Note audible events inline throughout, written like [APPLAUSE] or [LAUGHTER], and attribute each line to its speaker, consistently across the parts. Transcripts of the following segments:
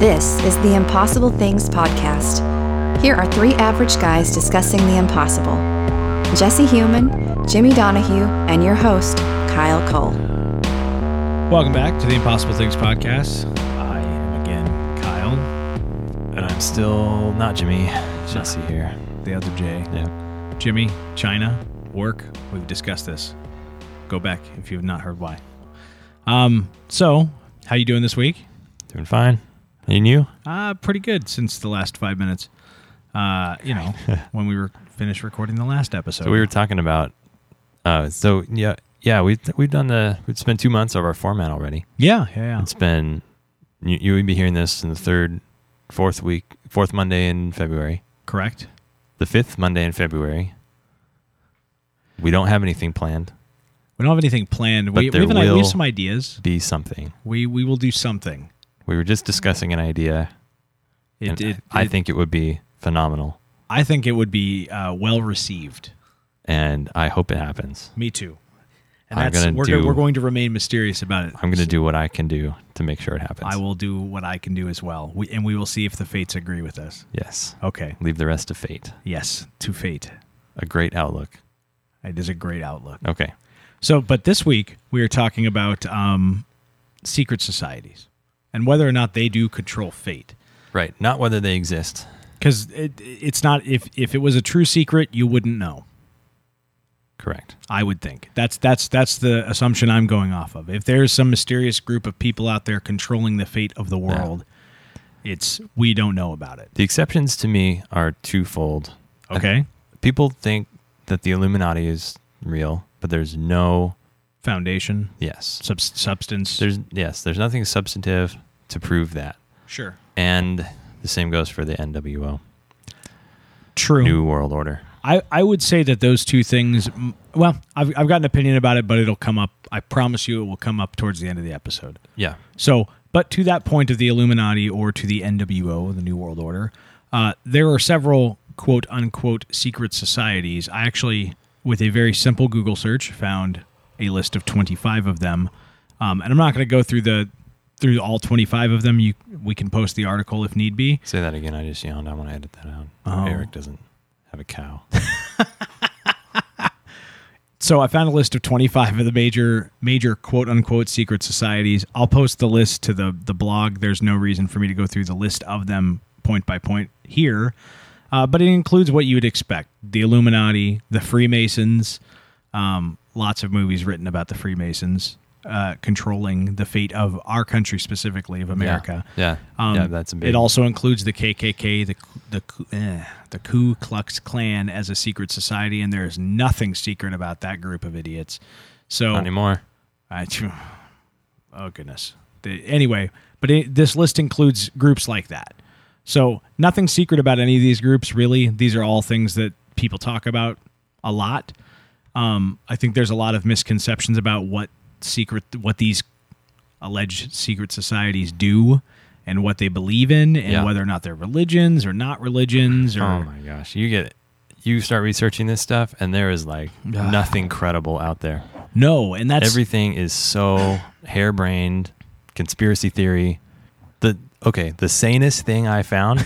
Speaker 1: This is the Impossible Things podcast. Here are three average guys discussing the impossible Jesse Human, Jimmy Donahue, and your host, Kyle Cole.
Speaker 2: Welcome back to the Impossible Things podcast. I am again Kyle,
Speaker 3: And I'm still not Jimmy. Jesse here.
Speaker 2: the other J.
Speaker 3: Yeah.
Speaker 2: Jimmy, China, work. We've discussed this. Go back if you have not heard why. Um, so how you doing this week?
Speaker 3: Doing fine. And you?
Speaker 2: Uh, pretty good since the last five minutes. Uh, you
Speaker 3: [LAUGHS]
Speaker 2: know, when we were finished recording the last episode.
Speaker 3: So we were talking about uh so yeah yeah, we've we've done the we've spent two months of our format already.
Speaker 2: yeah, yeah, yeah.
Speaker 3: It's been you you would be hearing this in the third fourth week fourth Monday in February.
Speaker 2: Correct.
Speaker 3: The fifth Monday in February. We don't have anything planned.
Speaker 2: We don't have anything planned.
Speaker 3: But
Speaker 2: We, we,
Speaker 3: there
Speaker 2: have an, idea- we
Speaker 3: will-
Speaker 2: have some ideas.
Speaker 3: Be something.
Speaker 2: We we will do something.
Speaker 3: We were just discussing an idea.
Speaker 2: It,
Speaker 3: and
Speaker 2: it,
Speaker 3: I
Speaker 2: it-
Speaker 3: think it would be phenomenal.
Speaker 2: I think it would be uh, well received.
Speaker 3: And I hope it happens.
Speaker 2: Me too. And
Speaker 3: I'm
Speaker 2: that's
Speaker 3: gonna
Speaker 2: we're, gonna,
Speaker 3: do-
Speaker 2: we're going to remain mysterious about it.
Speaker 3: I'm gonna do what I can do to make sure it happens.
Speaker 2: I will do what I can do as well, we, and we will see if the fates agree with us.
Speaker 3: Yes.
Speaker 2: Okay.
Speaker 3: Leave the rest to fate.
Speaker 2: Yes, to fate.
Speaker 3: A great outlook.
Speaker 2: It is a great outlook.
Speaker 3: Okay.
Speaker 2: So, but this week we are talking about um, secret societies and whether or not they do control fate.
Speaker 3: Right. Not whether they exist.
Speaker 2: Because it, it's not if if it was a true secret, you wouldn't know.
Speaker 3: Correct.
Speaker 2: I would think that's that's that's the assumption I'm going off of. If there's some mysterious group of people out there controlling the fate of the world, it's we don't know about it.
Speaker 3: The exceptions to me are twofold.
Speaker 2: Okay,
Speaker 3: People think that the Illuminati is real, but there's no
Speaker 2: foundation,
Speaker 3: yes.
Speaker 2: sub- substance.
Speaker 3: There's yes, there's nothing substantive to prove that.
Speaker 2: sure,
Speaker 3: And the same goes for the NWO,
Speaker 2: true.
Speaker 3: New World Order.
Speaker 2: I I would say that those two things. mm, Well, I've I've got an opinion about it, but it'll come up. I promise you, it will come up towards the end of the episode.
Speaker 3: Yeah.
Speaker 2: So, but to that point of the Illuminati or to the NWO, the New World Order, uh, there are several quote unquote secret societies. I actually, with a very simple Google search, found a list of 25 of them. Um, and I'm not going to go through the through all 25 of them. You we can post the article if need be.
Speaker 3: Say that again. I just yawned. I want to edit that out.
Speaker 2: Oh.
Speaker 3: Eric doesn't have a cow.
Speaker 2: So I found a list of 25 of the major major quote unquote secret societies. I'll post the list to the the blog. There's no reason for me to go through the list of them point by point here, uh, but it includes what you would expect: the Illuminati, the Freemasons. Um, lots of movies written about the Freemasons uh, controlling the fate of our country, specifically of America.
Speaker 3: Yeah.
Speaker 2: Um,
Speaker 3: yeah, that's a big
Speaker 2: It also includes the KKK, the the eh, the Ku Klux Klan as a secret society, and there is nothing secret about that group of idiots. So,
Speaker 3: not anymore.
Speaker 2: I, oh goodness. The, anyway, but it, this list includes groups like that. So nothing secret about any of these groups, really. These are all things that people talk about a lot. Um, I think there's a lot of misconceptions about what secret, what these alleged secret societies do, and what they believe in, and
Speaker 3: Yeah.
Speaker 2: whether or not they're religions or not religions. Or
Speaker 3: Oh my gosh, you get you start researching this stuff, and there is like nothing credible out there.
Speaker 2: no, and that's
Speaker 3: Everything is so harebrained, conspiracy theory. The okay, the sanest thing I found.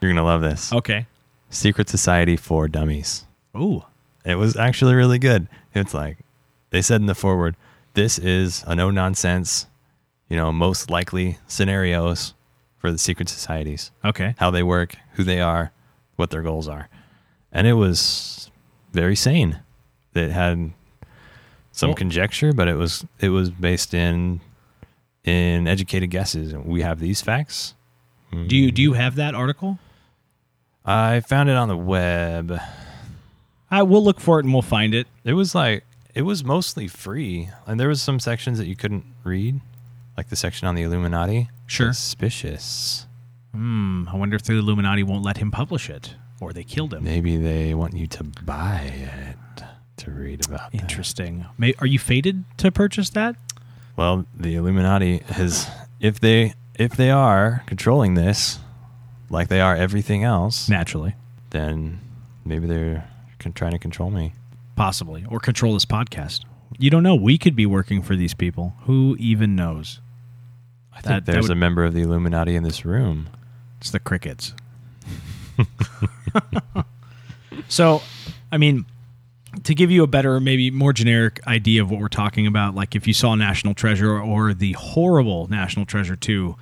Speaker 3: you're gonna love this.
Speaker 2: okay.
Speaker 3: Secret Society for Dummies.
Speaker 2: Ooh,
Speaker 3: It was actually really good. It's like they said in the foreword, this is a no nonsense, you know, most likely scenarios for the secret societies
Speaker 2: okay.
Speaker 3: how they work, who they are, what their goals are. And it was very sane. It had some
Speaker 2: Well-
Speaker 3: conjecture, but it was it was based in in educated guesses. And we have these facts.
Speaker 2: Do you do you have that article?
Speaker 3: I found it on the web.
Speaker 2: I will look for it and we'll find it.
Speaker 3: It was like it was mostly free, and there was some sections that you couldn't read, like the section on the Illuminati.
Speaker 2: Sure.
Speaker 3: Suspicious.
Speaker 2: Hmm, I wonder if the Illuminati won't let him publish it, or they killed him.
Speaker 3: Maybe they want you to buy it to read about. that.
Speaker 2: Interesting. May, are you fated to purchase that?
Speaker 3: Well, the Illuminati has if they if they are controlling this like they are everything else,
Speaker 2: Naturally,
Speaker 3: then maybe they're con- trying to control me.
Speaker 2: possibly, or control this podcast. You don't know. We could be working for these people. Who even knows? I that
Speaker 3: That, there's
Speaker 2: would-
Speaker 3: a member of the Illuminati in this room.
Speaker 2: It's the crickets. so, I mean, to give you a better, maybe more generic idea of what we're talking about, like if you saw National Treasure or the horrible National Treasure 2,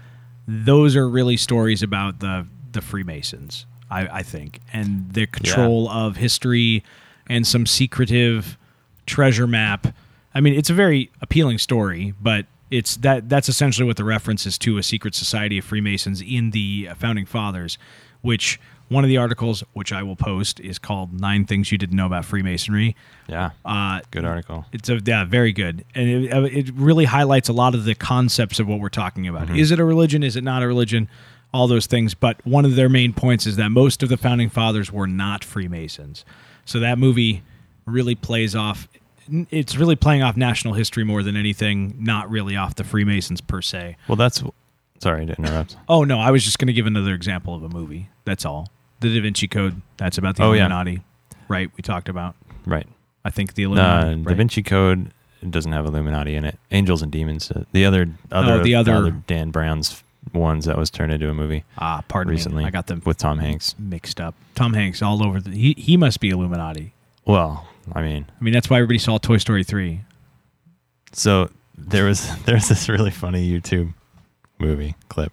Speaker 2: those are really stories about the, the Freemasons, I, I think, and their control of history and some secretive treasure map. I mean, it's a very appealing story, but it's that that's essentially what the reference is to a secret society of Freemasons in the founding fathers, which one of the articles which I will post is called Nine Things You Didn't Know About Freemasonry.
Speaker 3: Yeah.
Speaker 2: Uh,
Speaker 3: Ah. Good article.
Speaker 2: it's a yeah, very good, and it, uh, it really highlights a lot of the concepts of what we're talking about.
Speaker 3: Mm-hmm.
Speaker 2: Is it a religion? Is it not a religion? All those things. But one of their main points is that most of the founding fathers were not Freemasons. So that movie really plays off. It's really playing off national history more than anything, not really off the Freemasons per se.
Speaker 3: Well, that's. Sorry to interrupt.
Speaker 2: Oh no, I was just going to give another example of a movie. That's all. The Da Vinci Code. That's about the
Speaker 3: Oh, yeah.
Speaker 2: Illuminati, right? We talked about.
Speaker 3: Right.
Speaker 2: I think the
Speaker 3: Uh,
Speaker 2: Illuminati.
Speaker 3: Da
Speaker 2: right?
Speaker 3: Vinci Code doesn't have Illuminati in it. Angels and Demons. uh, The other, other,
Speaker 2: Oh, the other-
Speaker 3: Dan Brown's ones that was turned into a movie
Speaker 2: Ah, pardon
Speaker 3: recently.
Speaker 2: me. I got them
Speaker 3: with Tom Hanks.
Speaker 2: mixed up. Tom Hanks all over the he he must be Illuminati.
Speaker 3: Well, I mean,
Speaker 2: I mean that's why everybody saw Toy Story three.
Speaker 3: so there was [LAUGHS] there's this really funny YouTube movie clip.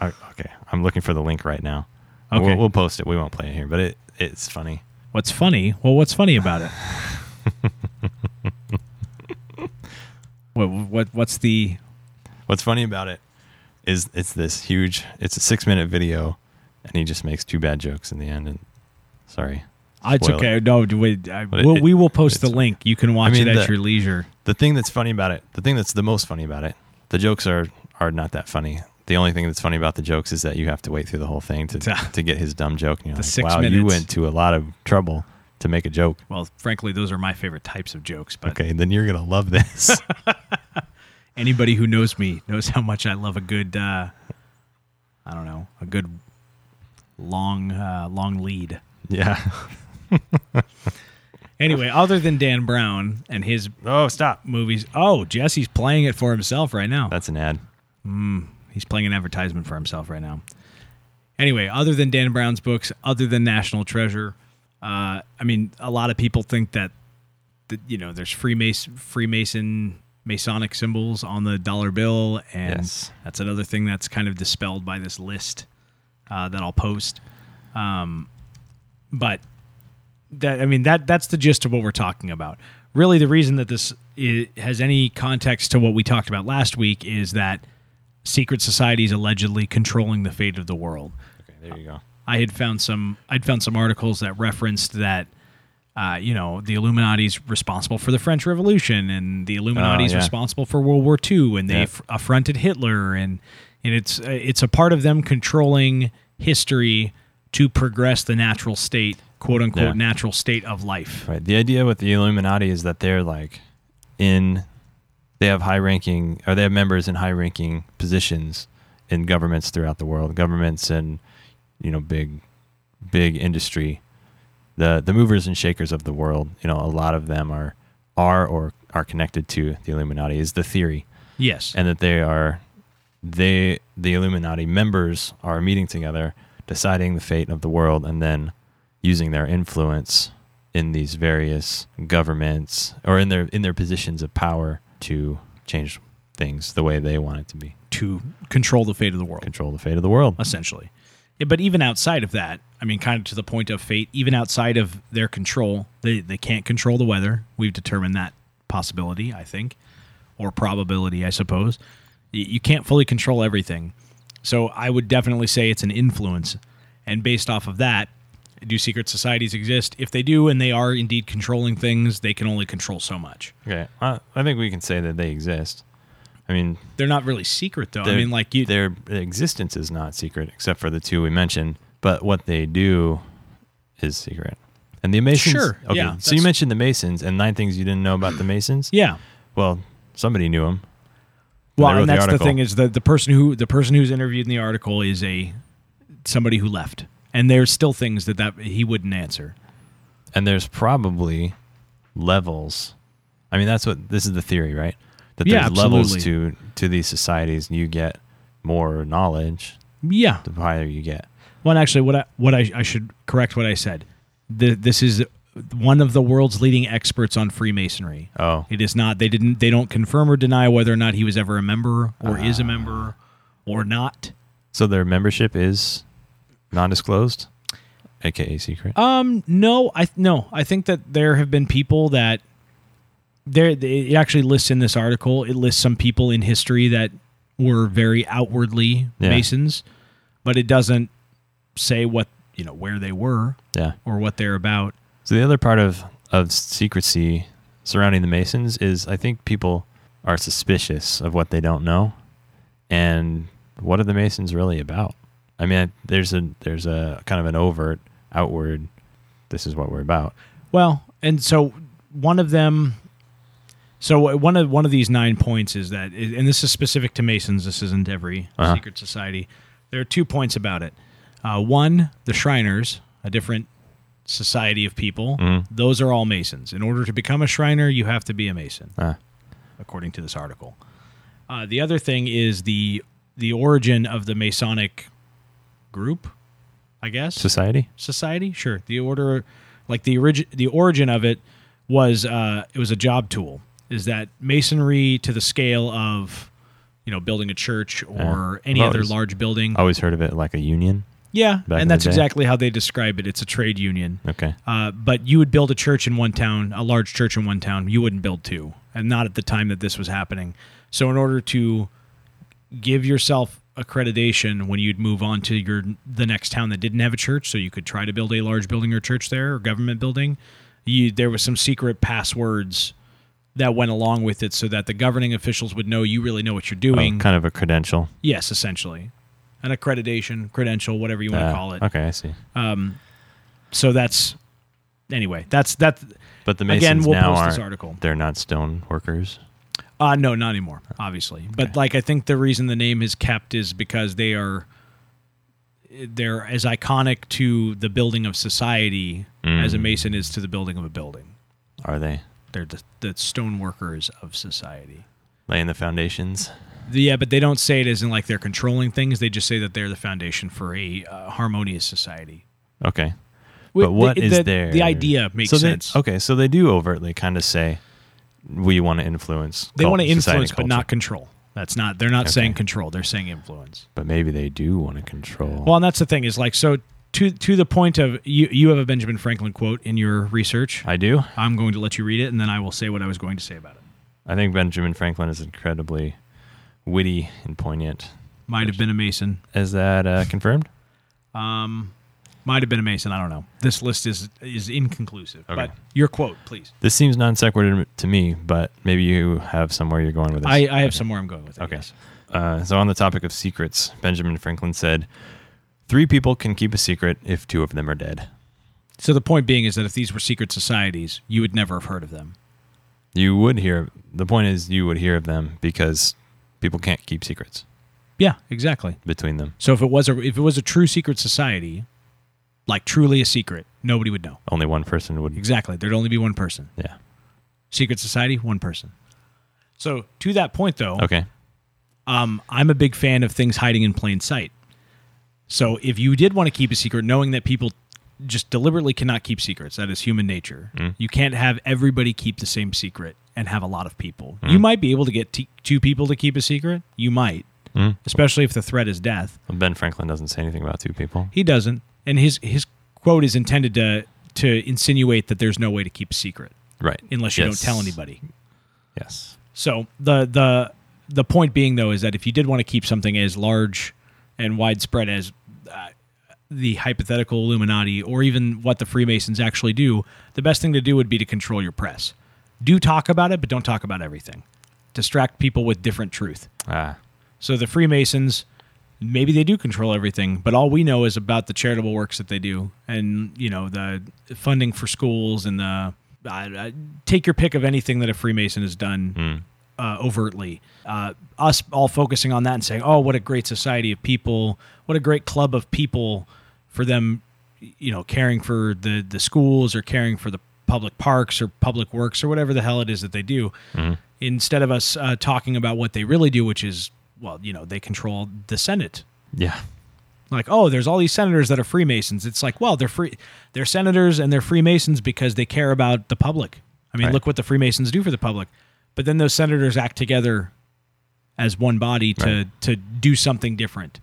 Speaker 3: I, okay, I'm looking for the link right now.
Speaker 2: Okay.
Speaker 3: We'll, we'll post it. We won't play it here, but it it's funny.
Speaker 2: What's funny? Well, what's funny about it?
Speaker 3: [LAUGHS]
Speaker 2: what what what's the
Speaker 3: What's funny about it is it's this huge. It's a six minute video, and he just makes two bad jokes in the end. And sorry,
Speaker 2: Ah, it's
Speaker 3: Spoil
Speaker 2: okay. No, wait. I,
Speaker 3: But it-
Speaker 2: we'll, we will
Speaker 3: it's
Speaker 2: post the
Speaker 3: fine.
Speaker 2: link. You can watch
Speaker 3: mean,
Speaker 2: it at
Speaker 3: the-
Speaker 2: your leisure.
Speaker 3: the thing that's funny about it, the thing that's the most funny about it, the jokes are are not that funny. The only thing that's funny about the jokes is that you have to wait through the whole thing [LAUGHS] to to get his dumb joke. And you're
Speaker 2: The
Speaker 3: like,
Speaker 2: six
Speaker 3: wow, you
Speaker 2: minutes.
Speaker 3: went to a lot of trouble to make a [LAUGHS] joke.
Speaker 2: Well, frankly, those are my favorite types of jokes. But
Speaker 3: Okay, then you're gonna love [LAUGHS] this.
Speaker 2: anybody who knows me knows how much I love a good, uh, I don't know, a good long uh, long lead.
Speaker 3: yeah.
Speaker 2: Anyway, other than Dan Brown and his
Speaker 3: Oh, stop.
Speaker 2: movies. Oh, Jesse's playing it for himself right now.
Speaker 3: That's an ad.
Speaker 2: He's playing an advertisement for himself right now. Anyway, other than Dan Brown's books, other than National Treasure, uh, I mean, a lot of people think that that you know there's Freemason Freemason Masonic symbols on the dollar bill, and
Speaker 3: Yes.
Speaker 2: that's another thing that's kind of dispelled by this list uh, that I'll post. Um, but that I mean that that's the gist of what we're talking about. Really, the reason that this i has any context to what we talked about last week is that secret societies allegedly controlling the fate of the world.
Speaker 3: Okay, there you go.
Speaker 2: I had found some I'd found some articles that referenced that uh, you know the Illuminati's responsible for the French Revolution and the Illuminati's
Speaker 3: Oh, yeah.
Speaker 2: responsible for World War II and they
Speaker 3: Yeah.
Speaker 2: f- affronted Hitler and and it's uh, it's a part of them controlling history to progress the natural state quote unquote
Speaker 3: Yeah.
Speaker 2: natural state of life.
Speaker 3: Right. The idea with the Illuminati is that they're like in they have high ranking or they have members in high ranking positions in governments throughout the world, governments and you know big big industry. The the movers and shakers of the world, you know, a lot of them are are or are connected to the Illuminati is the theory
Speaker 2: Yes.
Speaker 3: and that they are they the Illuminati members are meeting together, deciding the fate of the world, and then using their influence in these various governments or in their in their positions of power to change things the way they want it to be,
Speaker 2: to control the fate of the world.
Speaker 3: control the fate of the world.
Speaker 2: essentially. Yeah, but even outside of that, I mean, kind of to the point of fate, even outside of their control, they, they can't control the weather. We've determined that possibility, I think, or probability, I suppose. Y- You can't fully control everything. So I would definitely say it's an influence. And based off of that, do secret societies exist? If they do, and they are indeed controlling things, they can only control so much.
Speaker 3: Okay, I, I think we can say that they exist. I mean,
Speaker 2: They're not really secret, though. I
Speaker 3: their-
Speaker 2: mean, like you,
Speaker 3: their existence is not secret except for the two we mentioned, but what they do is secret. And the Masons.
Speaker 2: Sure,
Speaker 3: Okay.
Speaker 2: yeah,
Speaker 3: so you
Speaker 2: that's-
Speaker 3: mentioned the Masons and nine things you didn't know about the Masons.
Speaker 2: yeah.
Speaker 3: Well, somebody knew them.
Speaker 2: Well,
Speaker 3: they wrote
Speaker 2: and
Speaker 3: the
Speaker 2: that's the,
Speaker 3: article.
Speaker 2: thing is the the person who the person who's interviewed in the article is a somebody who left, and there's still things that that he wouldn't answer.
Speaker 3: And there's probably levels. I mean, that's what this is the theory, right? That
Speaker 2: Yeah,
Speaker 3: there's levels
Speaker 2: absolutely.
Speaker 3: to to these societies, you get more knowledge
Speaker 2: Yeah.
Speaker 3: the higher you get.
Speaker 2: Well, and actually, what I what I, I should correct what I said. The, this is one of the world's leading experts on Freemasonry.
Speaker 3: Oh,
Speaker 2: It is not. They didn't. They don't confirm or deny whether or not he was ever a member or
Speaker 3: Ah.
Speaker 2: is a member or not.
Speaker 3: so their membership is non-disclosed, aka secret.
Speaker 2: Um, no, I no, I think that there have been people that there. It actually lists in this article. It lists some people in history that were very outwardly
Speaker 3: Yeah.
Speaker 2: Masons, but it doesn't say what you know where they were
Speaker 3: yeah.
Speaker 2: or what they're about.
Speaker 3: So the other part of of secrecy surrounding the Masons is I think people are suspicious of what they don't know, and what are the Masons really about? I mean, there's a there's a kind of an overt, outward. This is what we're about.
Speaker 2: Well, and so one of them. So one of one of these nine points is that, and this is specific to Masons. This isn't every
Speaker 3: Uh-huh.
Speaker 2: secret society. There are two points about it. Uh, one, the Shriners, a different society of people.
Speaker 3: Mm-hmm.
Speaker 2: Those are all Masons. In order to become a Shriner, you have to be a Mason,
Speaker 3: Ah,
Speaker 2: according to this article. Uh, the other thing is the the origin of the Masonic group, I guess
Speaker 3: society.
Speaker 2: society sure the order like the origin the origin of it was uh it was a job tool is that masonry to the scale of you know building a church or
Speaker 3: Yeah.
Speaker 2: any
Speaker 3: I've
Speaker 2: other
Speaker 3: always-
Speaker 2: large building
Speaker 3: Always heard of it like a union.
Speaker 2: yeah
Speaker 3: back in
Speaker 2: and that's
Speaker 3: the day.
Speaker 2: exactly how they describe it it's a trade union
Speaker 3: Okay.
Speaker 2: uh, but you would build a church in one town, a large church in one town. You wouldn't build two, and not at the time that this was happening. So, in order to give yourself accreditation when you'd move on to your the next town that didn't have a church, so you could try to build a large building or church there or government building, you there was some secret passwords that went along with it, so that the governing officials would know you really know what you're
Speaker 3: Oh,
Speaker 2: doing.
Speaker 3: kind of a credential.
Speaker 2: yes, essentially, an accreditation, credential, whatever you want
Speaker 3: Ah,
Speaker 2: to call it.
Speaker 3: Okay, I see.
Speaker 2: So that's anyway. That's that's
Speaker 3: But the Masons
Speaker 2: Again, we'll
Speaker 3: now
Speaker 2: post
Speaker 3: are
Speaker 2: this article.
Speaker 3: they're not stone workers.
Speaker 2: Uh no, not anymore, obviously. But like I think the reason the name is kept is because they are they're as iconic to the building of society as a
Speaker 3: Mm.
Speaker 2: mason is to the building of a building.
Speaker 3: Are they
Speaker 2: They're the, the stone workers of society.
Speaker 3: laying the foundations?
Speaker 2: The- yeah, but they don't say it as in like they're controlling things. They just say that they're the foundation for a uh, harmonious society.
Speaker 3: Okay.
Speaker 2: Wi-
Speaker 3: but what
Speaker 2: the-
Speaker 3: is
Speaker 2: the-
Speaker 3: there?
Speaker 2: the idea makes
Speaker 3: so they-
Speaker 2: sense.
Speaker 3: Okay, so they do overtly kind of say we want to influence.
Speaker 2: They
Speaker 3: cult-
Speaker 2: want to
Speaker 3: society
Speaker 2: influence, but
Speaker 3: culture."
Speaker 2: not control. That's not. They're not saying
Speaker 3: Okay.
Speaker 2: control. They're saying influence.
Speaker 3: But maybe they do want to control.
Speaker 2: Well, and that's the thing is like so to to the point of you you have a Benjamin Franklin quote in your research.
Speaker 3: I do.
Speaker 2: I'm going to let you read it, and then I will say what I was going to say about it.
Speaker 3: I think Benjamin Franklin is incredibly witty and poignant.
Speaker 2: Might have been a Mason.
Speaker 3: Is that uh, confirmed?
Speaker 2: Um, might have been a Mason. I don't know. This list is is inconclusive.
Speaker 3: Okay.
Speaker 2: But your quote, please.
Speaker 3: This seems non sequitur to me, but maybe you have somewhere you're going with this.
Speaker 2: I, I have somewhere I'm going with it.
Speaker 3: Okay.
Speaker 2: yes.
Speaker 3: Uh, so, on the topic of secrets, Benjamin Franklin said, Three people can keep a secret if two of them are dead.
Speaker 2: So the point being is that if these were secret societies, you would never have heard of them.
Speaker 3: You would hear, the point is, you would hear of them because people can't keep secrets
Speaker 2: Yeah, exactly.
Speaker 3: between them.
Speaker 2: So if it was a if it was a true secret society, like truly a secret, nobody would know.
Speaker 3: Only one person would.
Speaker 2: Exactly. There'd only be one person.
Speaker 3: Yeah.
Speaker 2: Secret Society, one person. So to that point, though,
Speaker 3: Okay.
Speaker 2: um, I'm a big fan of things hiding in plain sight. So if you did want to keep a secret, knowing that people just deliberately cannot keep secrets, that is human nature.
Speaker 3: Mm.
Speaker 2: You can't have everybody keep the same secret and have a lot of people.
Speaker 3: Mm.
Speaker 2: You might be able to get t- two people to keep a secret. You might,
Speaker 3: Mm.
Speaker 2: especially if the threat is death.
Speaker 3: Well, ben Franklin doesn't say anything about two people.
Speaker 2: He doesn't, and his his quote is intended to to insinuate that there's no way to keep a secret
Speaker 3: Right.
Speaker 2: unless you
Speaker 3: Yes.
Speaker 2: don't tell anybody.
Speaker 3: Yes.
Speaker 2: So the the the point being though is that if you did want to keep something as large and widespread as uh, the hypothetical Illuminati or even what the Freemasons actually do, the best thing to do would be to control your press. Do talk about it, but don't talk about everything. Distract people with different truth.
Speaker 3: Ah.
Speaker 2: So the Freemasons, maybe they do control everything, but all we know is about the charitable works that they do, and you know the funding for schools and the I, I, take your pick of anything that a Freemason has done uh, overtly. Uh, us all focusing on that and saying, "Oh, what a great society of people! What a great club of people!" For them, you know, caring for the the schools or caring for the public parks or public works or whatever the hell it is that they do. instead of us uh, talking about what they really do, which is well, you know, they control the Senate.
Speaker 3: Yeah.
Speaker 2: Like, oh, there's all these senators that are Freemasons. It's like, well, they're free, they're senators and they're Freemasons because they care about the public. I mean,
Speaker 3: Right.
Speaker 2: look what the Freemasons do for the public. But then those senators act together as one body to
Speaker 3: Right.
Speaker 2: to do something different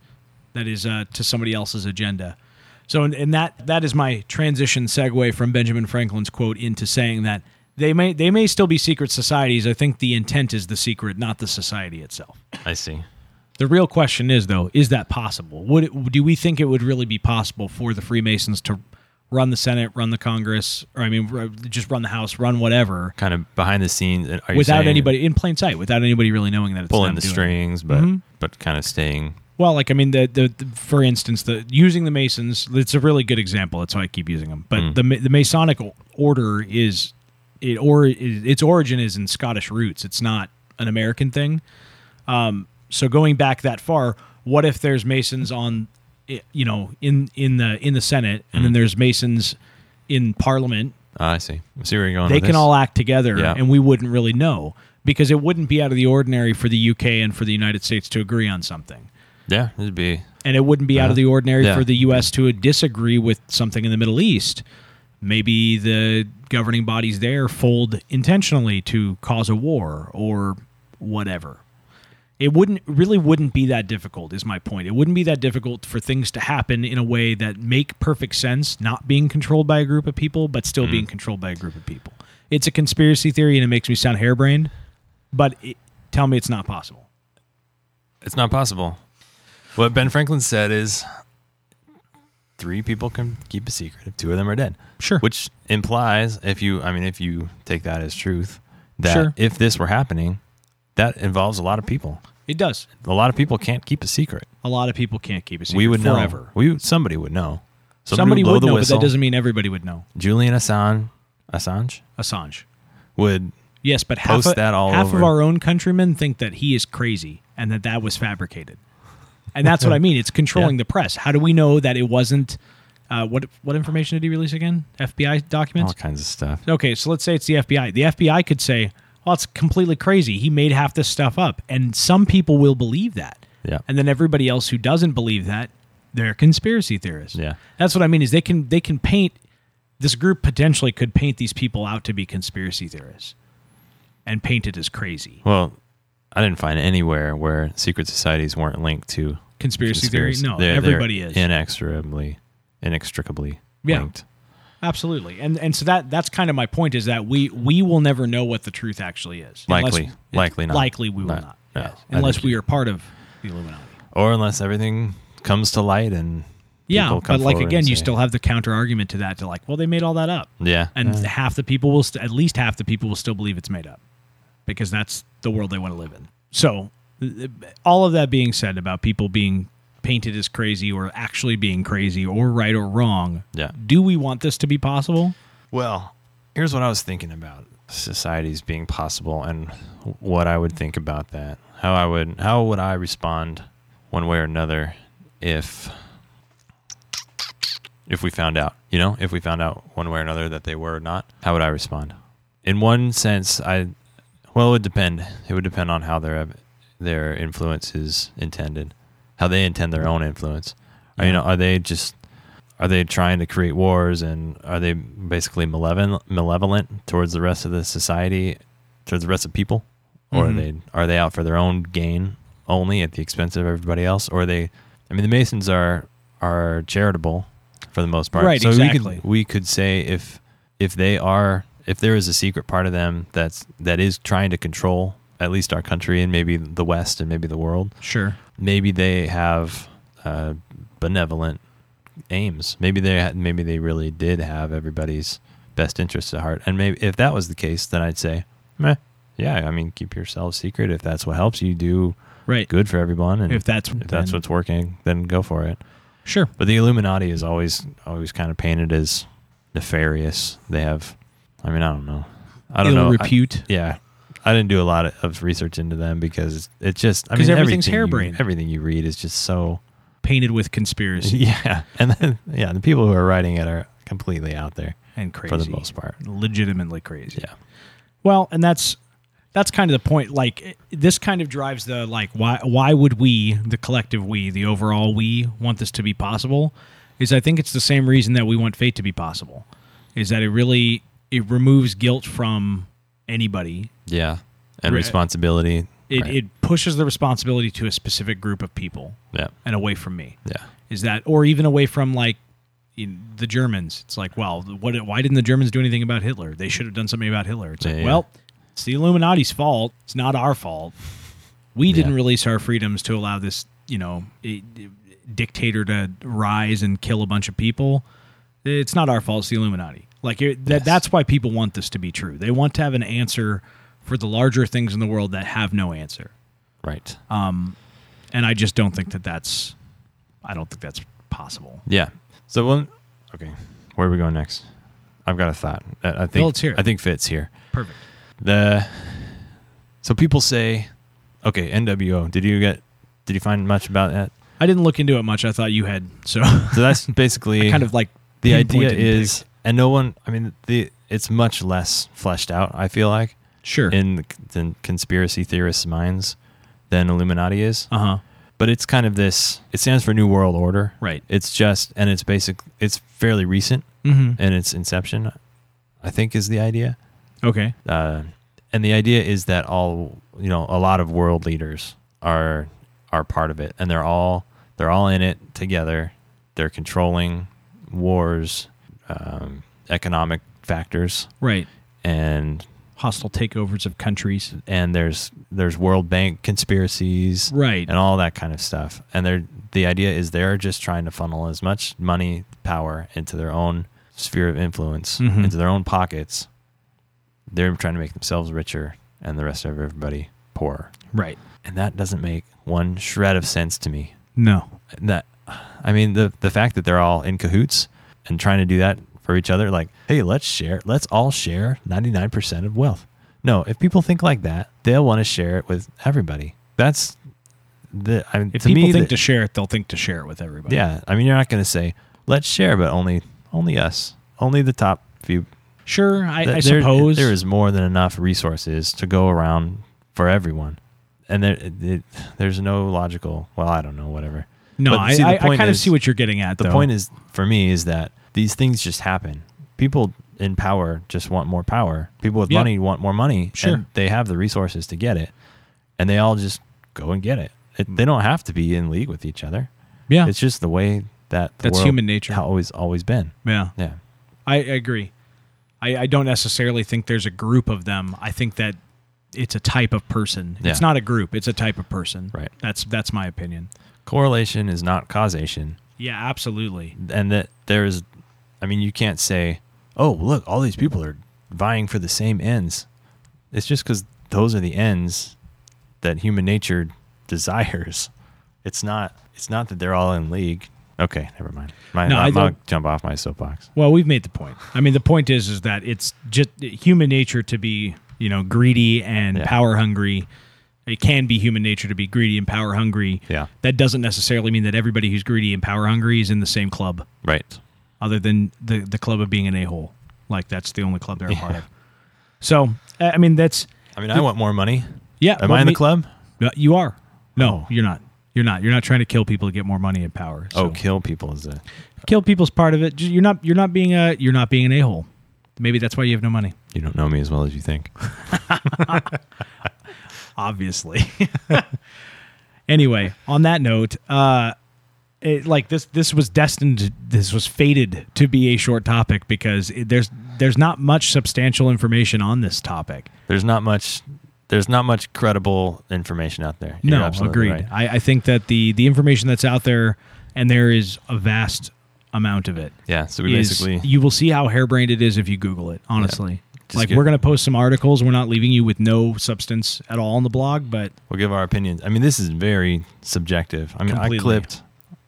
Speaker 2: that is uh, to somebody else's agenda. So, and, and that that is my transition segue from Benjamin Franklin's quote into saying that they may they may still be secret societies. I think the intent is the secret, not the society itself.
Speaker 3: I see.
Speaker 2: The real question is though, is that possible? Would it, do we think it would really be possible for the Freemasons to run the Senate, run the Congress, or I mean, r- just run the House, run whatever,
Speaker 3: Kind of behind the scenes. and Are you
Speaker 2: without
Speaker 3: saying
Speaker 2: anybody in plain sight, without anybody really knowing that it's
Speaker 3: pulling
Speaker 2: them
Speaker 3: the
Speaker 2: doing it? Mm-hmm.
Speaker 3: strings, but but kind of staying.
Speaker 2: Well, like I mean, the, the, the for instance, the using the Masons. It's a really good example. That's why I keep using them. But the
Speaker 3: Mm.
Speaker 2: the Ma- the Masonic o- order is it or it, its origin is in Scottish roots. It's not an American thing. Um, so going back that far, what if there's Masons on, i- you know, in in the in the Senate, and
Speaker 3: Mm.
Speaker 2: then there's Masons in Parliament,
Speaker 3: Ah, I see. I see where you're going.
Speaker 2: they
Speaker 3: with
Speaker 2: can
Speaker 3: Oh, this.
Speaker 2: all act together
Speaker 3: Yeah.
Speaker 2: and we wouldn't really know because it wouldn't be out of the ordinary for the UK and for the United States to agree on something.
Speaker 3: Yeah, it'd be.
Speaker 2: And it wouldn't be out of the ordinary
Speaker 3: Yeah.
Speaker 2: for the US to disagree with something in the Middle East. Maybe the governing bodies there fold intentionally to cause a war or whatever. It wouldn't really wouldn't be that difficult is my point. It wouldn't be that difficult for things to happen in a way that make perfect sense, not being controlled by a group of people but still
Speaker 3: Mm.
Speaker 2: being controlled by a group of people. It's a conspiracy theory and it makes me sound harebrained, but it, tell me it's not possible.
Speaker 3: It's not possible. What Ben Franklin said is, three people can keep a secret if two of them are dead.
Speaker 2: Sure.
Speaker 3: Which implies, if you, I mean, if you take that as truth, that
Speaker 2: Sure.
Speaker 3: if this were happening, that involves a lot of people.
Speaker 2: It does.
Speaker 3: A lot of people can't keep a secret.
Speaker 2: A lot of people can't keep a secret
Speaker 3: we would
Speaker 2: forever.
Speaker 3: know. We would- somebody would know.
Speaker 2: Somebody,
Speaker 3: blow
Speaker 2: would
Speaker 3: the
Speaker 2: know,
Speaker 3: whistle.
Speaker 2: but that doesn't mean everybody would know.
Speaker 3: Julian Assange, Assange
Speaker 2: Assange.
Speaker 3: would
Speaker 2: Yes, but half,
Speaker 3: Post
Speaker 2: of-
Speaker 3: that all
Speaker 2: half of
Speaker 3: over.
Speaker 2: our own countrymen think that he is crazy and that that was fabricated. And that's what I mean.
Speaker 3: [LAUGHS]
Speaker 2: It's controlling
Speaker 3: Yeah.
Speaker 2: the press. How do we know that it wasn't? Uh, what what information did he release again? FBI documents.
Speaker 3: all kinds of stuff.
Speaker 2: Okay, so let's say it's the FBI. The FBI could say, "Well, it's completely crazy. He made half this stuff up," and some people will believe that.
Speaker 3: Yeah.
Speaker 2: And then everybody else who doesn't believe that, they're conspiracy theorists.
Speaker 3: Yeah.
Speaker 2: That's what I mean. Is they can they can paint this group potentially could paint these people out to be conspiracy theorists, and paint it as crazy
Speaker 3: Well, I didn't find anywhere where secret societies weren't linked to
Speaker 2: conspiracy,
Speaker 3: conspiracy-
Speaker 2: theory. No,
Speaker 3: They're- they're
Speaker 2: everybody is
Speaker 3: inexorably, inextricably
Speaker 2: Yeah.
Speaker 3: linked.
Speaker 2: absolutely. And and so that that's kind of my point is that we we will never know what the truth actually is. Unless-
Speaker 3: Likely. Likely not.
Speaker 2: Likely we will
Speaker 3: Not-
Speaker 2: not.
Speaker 3: no,
Speaker 2: yes.
Speaker 3: I
Speaker 2: Unless
Speaker 3: think
Speaker 2: we
Speaker 3: you-
Speaker 2: are part of the Illuminati.
Speaker 3: Or unless everything comes to light and
Speaker 2: Yeah,
Speaker 3: people come
Speaker 2: but like
Speaker 3: forward
Speaker 2: again,
Speaker 3: and
Speaker 2: you
Speaker 3: say-
Speaker 2: still have the counter argument to that. To like, well, they made all that up,
Speaker 3: yeah
Speaker 2: and half the people will, st- at least half the people will still believe it's made up, because that's the world they want to live in. So, th- all of that being said about people being painted as crazy or actually being crazy or right or wrong,
Speaker 3: Yeah.
Speaker 2: do we want this to be possible?
Speaker 3: Well, here's what I was thinking about societies being possible and what I would think about that. How I would how would I respond one way or another if if we found out, you know, if we found out one way or another that they were or not, how would I respond? In one sense, I well, it would depend. It would depend on how their their influence is intended, how they intend their own influence. Are, you know, are they just are they trying to create wars and are they basically malevolent, malevolent towards the rest of the society, towards the rest of people, or are
Speaker 2: Mhm.
Speaker 3: they are they out for their own gain only at the expense of everybody else, or are they? I mean, the Masons are are charitable for the most part,
Speaker 2: Right,
Speaker 3: So We
Speaker 2: exactly.
Speaker 3: could, we could say if if they are if there is a secret part of them that's that is trying to control at least our country and maybe the West and maybe the world,
Speaker 2: Sure.
Speaker 3: maybe they have uh, benevolent aims. Maybe they had, maybe they really did have everybody's best interests at heart. And maybe if that was the case, then I'd say, Meh, yeah. I mean, keep yourself secret if that's what helps you do
Speaker 2: Right.
Speaker 3: good for everyone. And
Speaker 2: If that's
Speaker 3: if that's what's working, then go for it.
Speaker 2: sure.
Speaker 3: But the Illuminati is always always kind of painted as nefarious. They have, I mean, I don't know. I don't
Speaker 2: Ill
Speaker 3: know. I-
Speaker 2: repute.
Speaker 3: yeah. I didn't do a lot of research into them because it's- it's just I
Speaker 2: 'Cause
Speaker 3: mean
Speaker 2: everything's
Speaker 3: everything you-
Speaker 2: harebrained.
Speaker 3: everything you read is just so [LAUGHS]
Speaker 2: painted with conspiracy
Speaker 3: yeah, and then yeah, the people who are writing it are completely out there
Speaker 2: and crazy
Speaker 3: for the most part.
Speaker 2: legitimately crazy.
Speaker 3: Yeah,
Speaker 2: Well, and that's that's kind of the point. Like it- this kind of drives the like why why would we the collective we the overall we want this to be possible? Is I think it's the same reason that we want fate to be possible. Is that it really it removes guilt from anybody.
Speaker 3: Yeah. And
Speaker 2: Right.
Speaker 3: responsibility.
Speaker 2: It
Speaker 3: Right.
Speaker 2: it pushes the responsibility to a specific group of people
Speaker 3: yeah.
Speaker 2: and away from me.
Speaker 3: Yeah.
Speaker 2: Is that or even away from like in the Germans? It's like, well, what? Why didn't the Germans do anything about Hitler? They should have done something about Hitler. It's like,
Speaker 3: Yeah, yeah.
Speaker 2: well, it's the Illuminati's fault. It's not our fault. We didn't
Speaker 3: Yeah.
Speaker 2: release our freedoms to allow this, you know, i- i- dictator to rise and kill a bunch of people. It's not our fault. It's the Illuminati. Like it, that,
Speaker 3: Yes.
Speaker 2: that's why people want this to be true. They want to have an answer for the larger things in the world that have no answer
Speaker 3: Right.
Speaker 2: Um, and I just don't think that that's I don't think that's possible.
Speaker 3: yeah. So one. Okay. Where are we going next? I've got a thought. I I think
Speaker 2: let's hear it.
Speaker 3: I think fits here.
Speaker 2: Perfect.
Speaker 3: The so people say, okay, NWO. Did you get? Did you find much about that?
Speaker 2: I didn't look into it much. I thought you had
Speaker 3: [LAUGHS]
Speaker 2: so
Speaker 3: So that's
Speaker 2: [LAUGHS]
Speaker 3: basically
Speaker 2: kind of like
Speaker 3: the idea
Speaker 2: pinpointed and
Speaker 3: is, and no one. I mean, the it's much less fleshed out. I feel like
Speaker 2: picked. sure.
Speaker 3: in the, in conspiracy theorists' minds than Illuminati is.
Speaker 2: Uh huh.
Speaker 3: but it's kind of this it stands for new world order
Speaker 2: Right.
Speaker 3: it's just and it's basic it's fairly recent
Speaker 2: Mm-hmm.
Speaker 3: and its inception i think is the idea
Speaker 2: Okay.
Speaker 3: uh, and the idea is that all you know a lot of world leaders are are part of it and they're all they're all in it together they're controlling wars um, economic factors
Speaker 2: Right.
Speaker 3: and
Speaker 2: Hostile takeovers of countries.
Speaker 3: and there's there's world bank conspiracies
Speaker 2: Right.
Speaker 3: and all that kind of stuff. And they're the idea is they're just trying to funnel as much money, power into their own sphere of influence,
Speaker 2: Mhm.
Speaker 3: into their own pockets. They're trying to make themselves richer and the rest of everybody poorer.
Speaker 2: Right.
Speaker 3: And that doesn't make one shred of sense to me.
Speaker 2: No.
Speaker 3: And That I mean the the fact that they're all in cahoots and trying to do that for each other like, hey, let's share, let's all share 99% of wealth. No, if people think like that, they'll want to share it with everybody. That's the I mean
Speaker 2: If
Speaker 3: to
Speaker 2: people
Speaker 3: me
Speaker 2: think
Speaker 3: the-
Speaker 2: to share it, they'll think to share it with everybody.
Speaker 3: yeah, I mean, you're not going to say let's share, but only only us, only the top few.
Speaker 2: Sure. I, I
Speaker 3: Th- there-
Speaker 2: suppose.
Speaker 3: there is more than enough resources to go around for everyone, and there it, it- there's no logical. Well, I don't know, whatever.
Speaker 2: no.
Speaker 3: but
Speaker 2: I,
Speaker 3: see, the
Speaker 2: I, I
Speaker 3: point
Speaker 2: kind of
Speaker 3: is-
Speaker 2: see what you're getting at.
Speaker 3: The point is for me is that these things just happen. People in power just want more power. People with
Speaker 2: Yeah.
Speaker 3: money want more money.
Speaker 2: Sure.
Speaker 3: and they have the resources to get it, and they all just go and get it. it they don't have to be in league with each other.
Speaker 2: yeah.
Speaker 3: It's just the way that the
Speaker 2: That's
Speaker 3: world
Speaker 2: human nature.
Speaker 3: ha- Always, always been.
Speaker 2: yeah.
Speaker 3: Yeah.
Speaker 2: I, I agree. I, I don't necessarily think there's a group of them. I think that it's a type of person.
Speaker 3: Yeah.
Speaker 2: It's not a group. It's a type of person.
Speaker 3: Right.
Speaker 2: That's that's my opinion.
Speaker 3: Correlation is not causation.
Speaker 2: Yeah, absolutely.
Speaker 3: And that there is, I mean, you can't say, oh, look, all these people are vying for the same ends. It's just because those are the ends that human nature [LAUGHS] desires. It's not, it's not that they're all in league. Okay, never mind. My,
Speaker 2: No, I
Speaker 3: I'm going to
Speaker 2: don't-
Speaker 3: jump off my soapbox.
Speaker 2: Well, we've made the point. I mean, the point is is that it's just human nature to be, you know, greedy and
Speaker 3: Yeah.
Speaker 2: power hungry. It can be human nature to be greedy and power hungry.
Speaker 3: Yeah.
Speaker 2: That doesn't necessarily mean that everybody who's greedy and power hungry is in the same club.
Speaker 3: Right.
Speaker 2: other than the the club of being an a hole. Like that's the only club they're a part of. So I I mean that's
Speaker 3: I mean, I want more money.
Speaker 2: yeah.
Speaker 3: Am
Speaker 2: well,
Speaker 3: I in the
Speaker 2: me-
Speaker 3: club?
Speaker 2: No, You are. No,
Speaker 3: Oh.
Speaker 2: you're not. You're not. You're not trying to kill people to get more money and power. So
Speaker 3: Oh, kill people is a,
Speaker 2: kill people's part of it. Ju- You're not. You're not being a. You're not being an a hole. Maybe that's why you have no money.
Speaker 3: you don't know me as well as you think.
Speaker 2: Obviously. [LAUGHS] anyway, on that note, uh, it, like this, this was destined. This was fated to be a short topic because it, there's there's not much substantial information on this topic.
Speaker 3: There's not much. There's not much credible information out there. You're
Speaker 2: no,
Speaker 3: absolutely
Speaker 2: agreed.
Speaker 3: right.
Speaker 2: I, I think that the the information that's out there, and there is a vast amount of it.
Speaker 3: Yeah. So we
Speaker 2: is-
Speaker 3: basically
Speaker 2: you will see how harebrained it is if you Google it. Honestly,
Speaker 3: Just
Speaker 2: like
Speaker 3: get-
Speaker 2: we're gonna post some articles. We're not leaving you with no substance at all on the blog, but
Speaker 3: we'll give our opinions. I mean, this is very subjective. I mean,
Speaker 2: Completely.
Speaker 3: I clipped,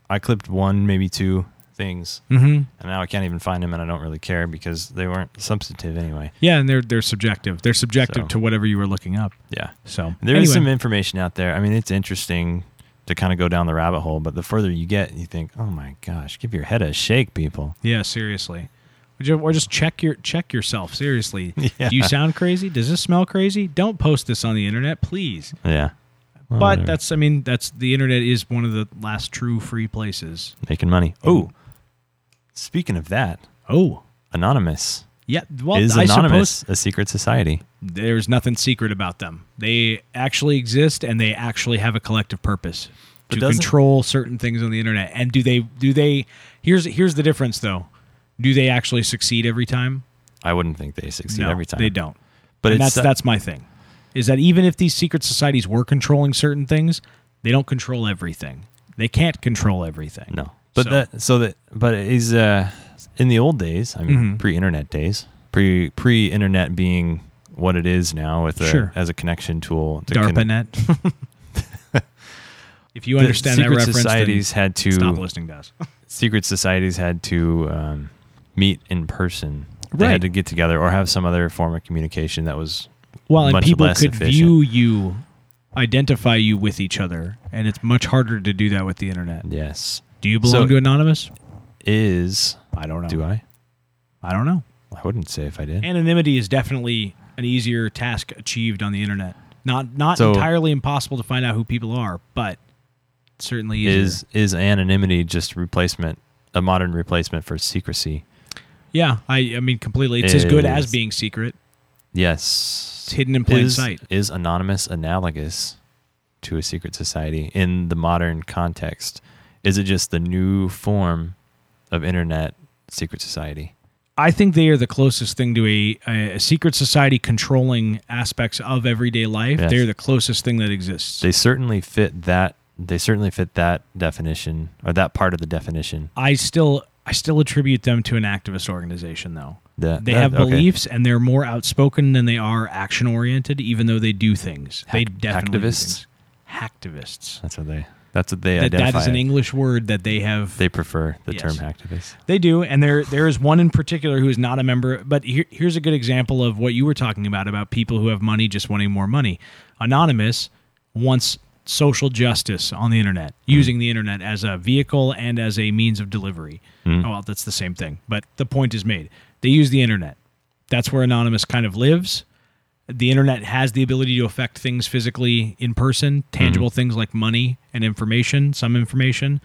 Speaker 3: I clipped one, maybe two things,
Speaker 2: Mhm.
Speaker 3: and now I can't even find them, and I don't really care because they weren't substantive anyway.
Speaker 2: yeah, and they're they're subjective. They're subjective
Speaker 3: So-
Speaker 2: to whatever you were looking up.
Speaker 3: Yeah.
Speaker 2: So
Speaker 3: There is
Speaker 2: anyway.
Speaker 3: some information out there. I mean, it's interesting to kind of go down the rabbit hole, but the further you get, you think, oh my gosh, give your head a shake, people.
Speaker 2: Yeah, seriously. Would you- or just check your check yourself
Speaker 3: [LAUGHS]
Speaker 2: seriously.
Speaker 3: Yeah.
Speaker 2: Do you sound crazy? Does this smell crazy? Don't post this on the internet, please.
Speaker 3: Yeah.
Speaker 2: but
Speaker 3: Well, whatever.
Speaker 2: that's I mean that's the internet is one of the last true free places.
Speaker 3: making money. Oh, speaking of that,
Speaker 2: Oh
Speaker 3: Anonymous
Speaker 2: yeah, well
Speaker 3: is
Speaker 2: I
Speaker 3: Anonymous
Speaker 2: suppose
Speaker 3: a secret society?
Speaker 2: there's nothing secret about them. They actually exist and they actually have a collective purpose
Speaker 3: But
Speaker 2: to
Speaker 3: doesn't-
Speaker 2: control certain things on the internet. And do they do they here's here's the difference though. Do they actually succeed every time?
Speaker 3: I wouldn't think they succeed every time.
Speaker 2: They don't.
Speaker 3: But
Speaker 2: But
Speaker 3: it's
Speaker 2: that's
Speaker 3: so-
Speaker 2: that's my thing. Is that even if these secret societies were controlling certain things, they don't control everything. They can't control everything.
Speaker 3: No, but
Speaker 2: So-
Speaker 3: that so that but is uh in the old days. I mean,
Speaker 2: Mhm.
Speaker 3: pre-internet days, pre pre-internet being what it is now with a,
Speaker 2: Sure.
Speaker 3: as a connection tool. to connect-
Speaker 2: DARPANet.
Speaker 3: [LAUGHS]
Speaker 2: if you
Speaker 3: the
Speaker 2: understand that
Speaker 3: secret
Speaker 2: reference, then
Speaker 3: societies had to
Speaker 2: stop listening to us.
Speaker 3: secret societies had to um, meet in person. They
Speaker 2: Right.
Speaker 3: had to get together or have some other form of communication that was
Speaker 2: Well, and
Speaker 3: much
Speaker 2: people
Speaker 3: less
Speaker 2: could
Speaker 3: efficient.
Speaker 2: view you, identify you with each other, and it's much harder to do that with the internet.
Speaker 3: yes
Speaker 2: Do you belong
Speaker 3: So-
Speaker 2: to Anonymous?
Speaker 3: is
Speaker 2: I don't know.
Speaker 3: do I?
Speaker 2: I don't know.
Speaker 3: I wouldn't say if I did.
Speaker 2: Anonymity is definitely an easier task achieved on the internet. Not not
Speaker 3: So-
Speaker 2: entirely impossible to find out who people are, but certainly easier.
Speaker 3: Is is anonymity just replacement a modern replacement for secrecy?
Speaker 2: yeah. I I mean completely. It's as good as
Speaker 3: Is-
Speaker 2: being secret.
Speaker 3: Yes.
Speaker 2: It's hidden in plain
Speaker 3: is,
Speaker 2: sight.
Speaker 3: Is anonymous analogous to a secret society in the modern context? Is it just the new form of internet secret society?
Speaker 2: I think they are the closest thing to a, a, a secret society controlling aspects of everyday life.
Speaker 3: Yes.
Speaker 2: They're the closest thing that exists.
Speaker 3: They certainly fit that they certainly fit that definition or that part of the definition.
Speaker 2: I still I still attribute them to an activist organization though.
Speaker 3: That,
Speaker 2: They
Speaker 3: that-
Speaker 2: have
Speaker 3: okay.
Speaker 2: beliefs and they're more outspoken than they are action oriented, even though they do things. they
Speaker 3: Hack-
Speaker 2: definitely do
Speaker 3: hacktivists?
Speaker 2: things. Hacktivists.
Speaker 3: That's what they that's what they
Speaker 2: That,
Speaker 3: identify.
Speaker 2: that is an
Speaker 3: as.
Speaker 2: English word that they have.
Speaker 3: they prefer the term
Speaker 2: Yes.
Speaker 3: hacktivist.
Speaker 2: They do, and there there is one in particular who is not a member. But here, here's a good example of what you were talking about about people who have money just wanting more money. Anonymous wants social justice on the internet, using the internet as a vehicle and as a means of delivery. Oh, well, that's the same thing, but the point is made. They use the internet. That's where Anonymous kind of lives. The internet has the ability to affect things physically in person, tangible things like money and information, some information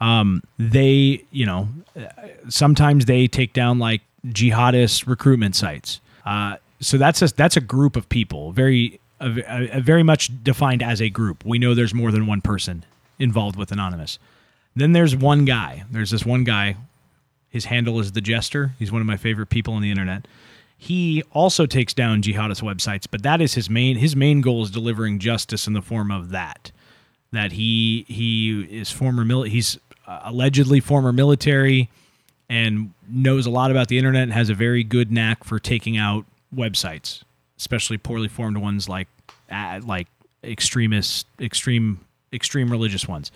Speaker 2: Um, they, you know, uh, sometimes they take down like jihadist recruitment sites. Uh, so that's a, that's a group of people, very a, a- a very much defined as a group. We know there's more than one person involved with Anonymous. Then there's one guy. There's this one guy. His handle is the Jester. He's one of my favorite people on the internet. He also takes down jihadist websites, but that is his main his main goal is delivering justice in the form of that that he he is former mil- he's uh, allegedly former military and knows a lot about the internet and has a very good knack for taking out websites, especially poorly formed ones like uh, like extremist extreme extreme religious ones.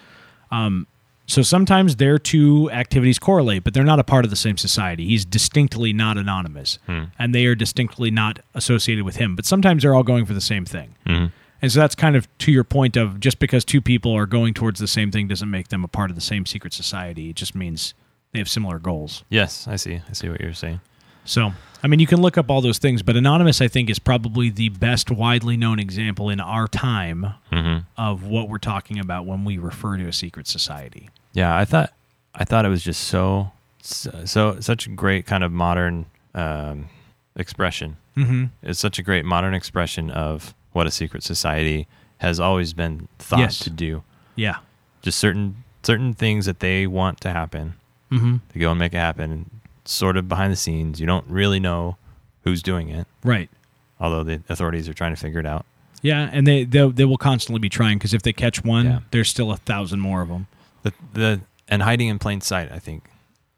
Speaker 2: Um, so sometimes their two activities correlate, but they're not a part of the same society. He's distinctly not anonymous, and they are distinctly not associated with him. But sometimes they're all going for the same thing. And so that's kind of to your point of just because two people are going towards the same thing doesn't make them a part of the same secret society. It just means they have similar goals.
Speaker 3: Yes, I see. I see what you're saying.
Speaker 2: So, I mean, you can look up all those things, but Anonymous, I think, is probably the best widely known example in our time
Speaker 3: Mm-hmm.
Speaker 2: of what we're talking about when we refer to a secret society.
Speaker 3: Yeah, I thought I thought it was just so so, so such a great kind of modern um, expression.
Speaker 2: Mm-hmm.
Speaker 3: It's such a great modern expression of what a secret society has always been thought
Speaker 2: Yes.
Speaker 3: to do.
Speaker 2: Yeah.
Speaker 3: Just certain certain things that they want to happen,
Speaker 2: Mm-hmm.
Speaker 3: they go and make it happen. Sort of behind the scenes, you don't really know who's doing it,
Speaker 2: Right.
Speaker 3: although the authorities are trying to figure it out.
Speaker 2: Yeah, and they they, they will constantly be trying because if they catch one,
Speaker 3: Yeah.
Speaker 2: there's still a thousand more of them.
Speaker 3: The the and hiding in plain sight, I think,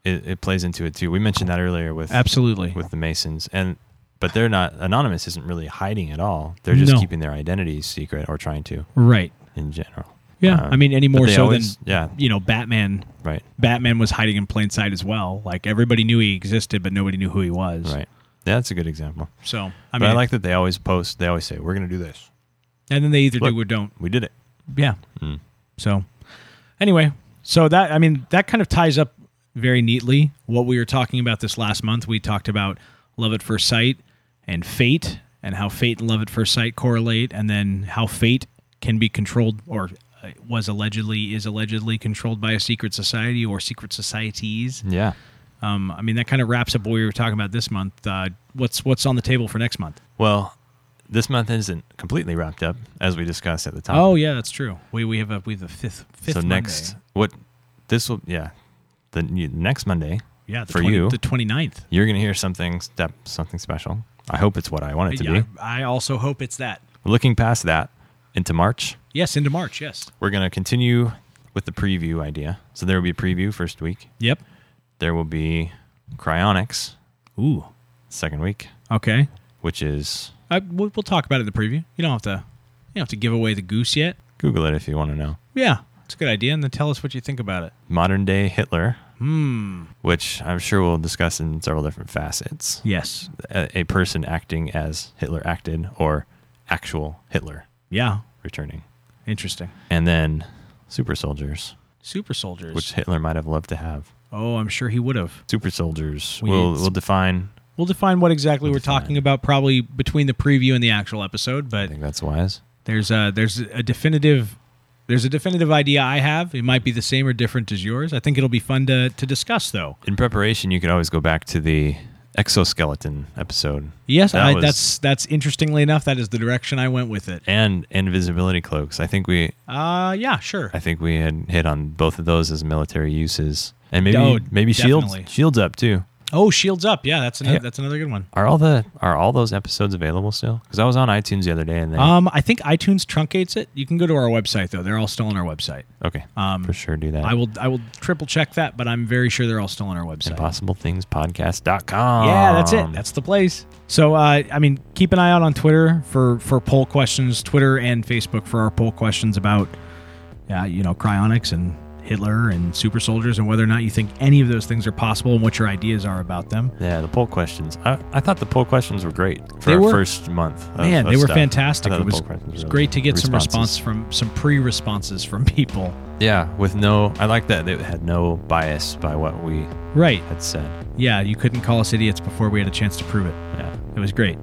Speaker 3: it, it plays into it too. We mentioned that earlier with
Speaker 2: Absolutely.
Speaker 3: with the Masons, and but they're not anonymous. Isn't really hiding at all. They're just
Speaker 2: No.
Speaker 3: keeping their identities secret or trying to
Speaker 2: right.
Speaker 3: in general.
Speaker 2: Yeah.
Speaker 3: Um,
Speaker 2: I mean, any
Speaker 3: but
Speaker 2: more
Speaker 3: they
Speaker 2: so
Speaker 3: always-
Speaker 2: than
Speaker 3: yeah,
Speaker 2: you know, Batman.
Speaker 3: right,
Speaker 2: Batman was hiding in plain sight as well. Like everybody knew he existed, but nobody knew who he was.
Speaker 3: right. Yeah, that's a good example.
Speaker 2: So I mean,
Speaker 3: I but I like that they always post. They always say, "We're going to do this.
Speaker 2: and then they either
Speaker 3: Look. Mm.
Speaker 2: do or don't.
Speaker 3: We did it."
Speaker 2: Yeah. So anyway, so that I mean that kind of ties up very neatly what we were talking about this last month. We talked about love at first sight and fate and how fate and love at first sight correlate and then how fate can be controlled or uh, was allegedly is allegedly controlled by a secret society or secret societies.
Speaker 3: Yeah.
Speaker 2: Um, I mean that kind of wraps up what we were talking about this month. Uh, what's what's on the table for next month?
Speaker 3: Well, this month isn't completely wrapped up as we discussed at the top.
Speaker 2: Oh yeah, that's true. We we have a we have the fifth fifth.
Speaker 3: so next
Speaker 2: Monday.
Speaker 3: what this will yeah the you- next Monday
Speaker 2: yeah, the
Speaker 3: for
Speaker 2: 20
Speaker 3: you
Speaker 2: the 29th.
Speaker 3: you're gonna hear something step something special. I hope it's what I want it to
Speaker 2: Uh, Yeah,
Speaker 3: be.
Speaker 2: I also hope it's that.
Speaker 3: Looking past that into March,
Speaker 2: Yes, into March. Yes.
Speaker 3: we're gonna continue with the preview idea. So there will be a preview first week.
Speaker 2: Yep.
Speaker 3: There will be cryonics
Speaker 2: Ooh.
Speaker 3: second week,
Speaker 2: Okay.
Speaker 3: which is
Speaker 2: I, we'll, we'll talk about it in the preview. You don't have to. You don't have to give away the goose yet.
Speaker 3: Google it if you want to know.
Speaker 2: Yeah, it's a good idea, and then tell us what you think about it.
Speaker 3: Modern day Hitler.
Speaker 2: Hmm.
Speaker 3: Which I'm sure we'll discuss in several different facets.
Speaker 2: Yes.
Speaker 3: A, a person acting as Hitler acted or actual Hitler
Speaker 2: Yeah.
Speaker 3: returning.
Speaker 2: Interesting.
Speaker 3: And then super soldiers,
Speaker 2: Super soldiers.
Speaker 3: which Hitler might have loved to have.
Speaker 2: oh, I'm sure he would have.
Speaker 3: Super soldiers.
Speaker 2: We
Speaker 3: we'll
Speaker 2: need-
Speaker 3: we'll define.
Speaker 2: We'll define what exactly we're
Speaker 3: define.
Speaker 2: talking about probably between the preview and the actual episode,
Speaker 3: I
Speaker 2: but
Speaker 3: think that's wise.
Speaker 2: there's a there's a definitive there's a definitive idea I have. It might be the same or different as yours. I think it'll be fun to to discuss though.
Speaker 3: In preparation, you could always go back to the exoskeleton episode.
Speaker 2: Yes,
Speaker 3: That
Speaker 2: I,
Speaker 3: was-
Speaker 2: that's that's interestingly enough that is the direction I went with it.
Speaker 3: and invisibility cloaks. I think we
Speaker 2: Uh yeah, sure.
Speaker 3: I think we had hit on both of those as military uses, and maybe
Speaker 2: Oh,
Speaker 3: maybe
Speaker 2: definitely.
Speaker 3: shields shields up too.
Speaker 2: Oh, shields up. Yeah, that's another,
Speaker 3: Yeah.
Speaker 2: that's another good one.
Speaker 3: Are all the are all those episodes available still? Because I was on iTunes the other day, and they
Speaker 2: Um, I think iTunes truncates it. You can go to our website though; they're all still on our website.
Speaker 3: okay
Speaker 2: um,
Speaker 3: for sure do that.
Speaker 2: I will I will triple check that, but I'm very sure they're all still on our website.
Speaker 3: impossiblethingspodcast.com.
Speaker 2: Yeah, that's
Speaker 3: Um,
Speaker 2: it. That's the place. So, uh, I mean, keep an eye out on Twitter for for poll questions, Twitter and Facebook for our poll questions about, uh, you know, cryonics and Hitler and super soldiers and whether or not you think any of those things are possible and what your ideas are about them.
Speaker 3: yeah, the poll questions. I, I thought the poll questions were great for
Speaker 2: They
Speaker 3: our
Speaker 2: were-
Speaker 3: first month. Of,
Speaker 2: Man,
Speaker 3: of
Speaker 2: they were
Speaker 3: stuff.
Speaker 2: fantastic.
Speaker 3: I thought
Speaker 2: It
Speaker 3: the
Speaker 2: was,
Speaker 3: poll questions
Speaker 2: it was
Speaker 3: were-
Speaker 2: great to get some response
Speaker 3: responses.
Speaker 2: from some pre-responses from people.
Speaker 3: Yeah, with no, I like that they had no bias by what we
Speaker 2: Right.
Speaker 3: had said.
Speaker 2: Yeah, you couldn't call us idiots before we had a chance to prove it.
Speaker 3: Yeah.
Speaker 2: It was great.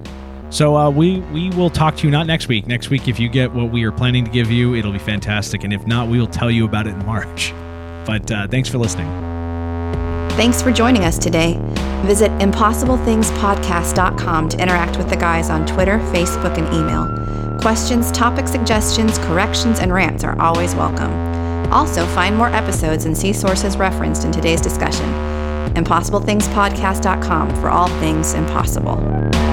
Speaker 2: So uh, we we will talk to you not next week. Next week, if you get what we are planning to give you, it'll be fantastic. And if not, we will tell you about it in March. [LAUGHS] But uh, thanks for listening.
Speaker 1: Thanks for joining us today. Visit ImpossibleThingsPodcast.com to interact with the guys on Twitter, Facebook, and email. Questions, topic suggestions, corrections, and rants are always welcome. Also, find more episodes and see sources referenced in today's discussion. ImpossibleThingsPodcast.com for all things impossible.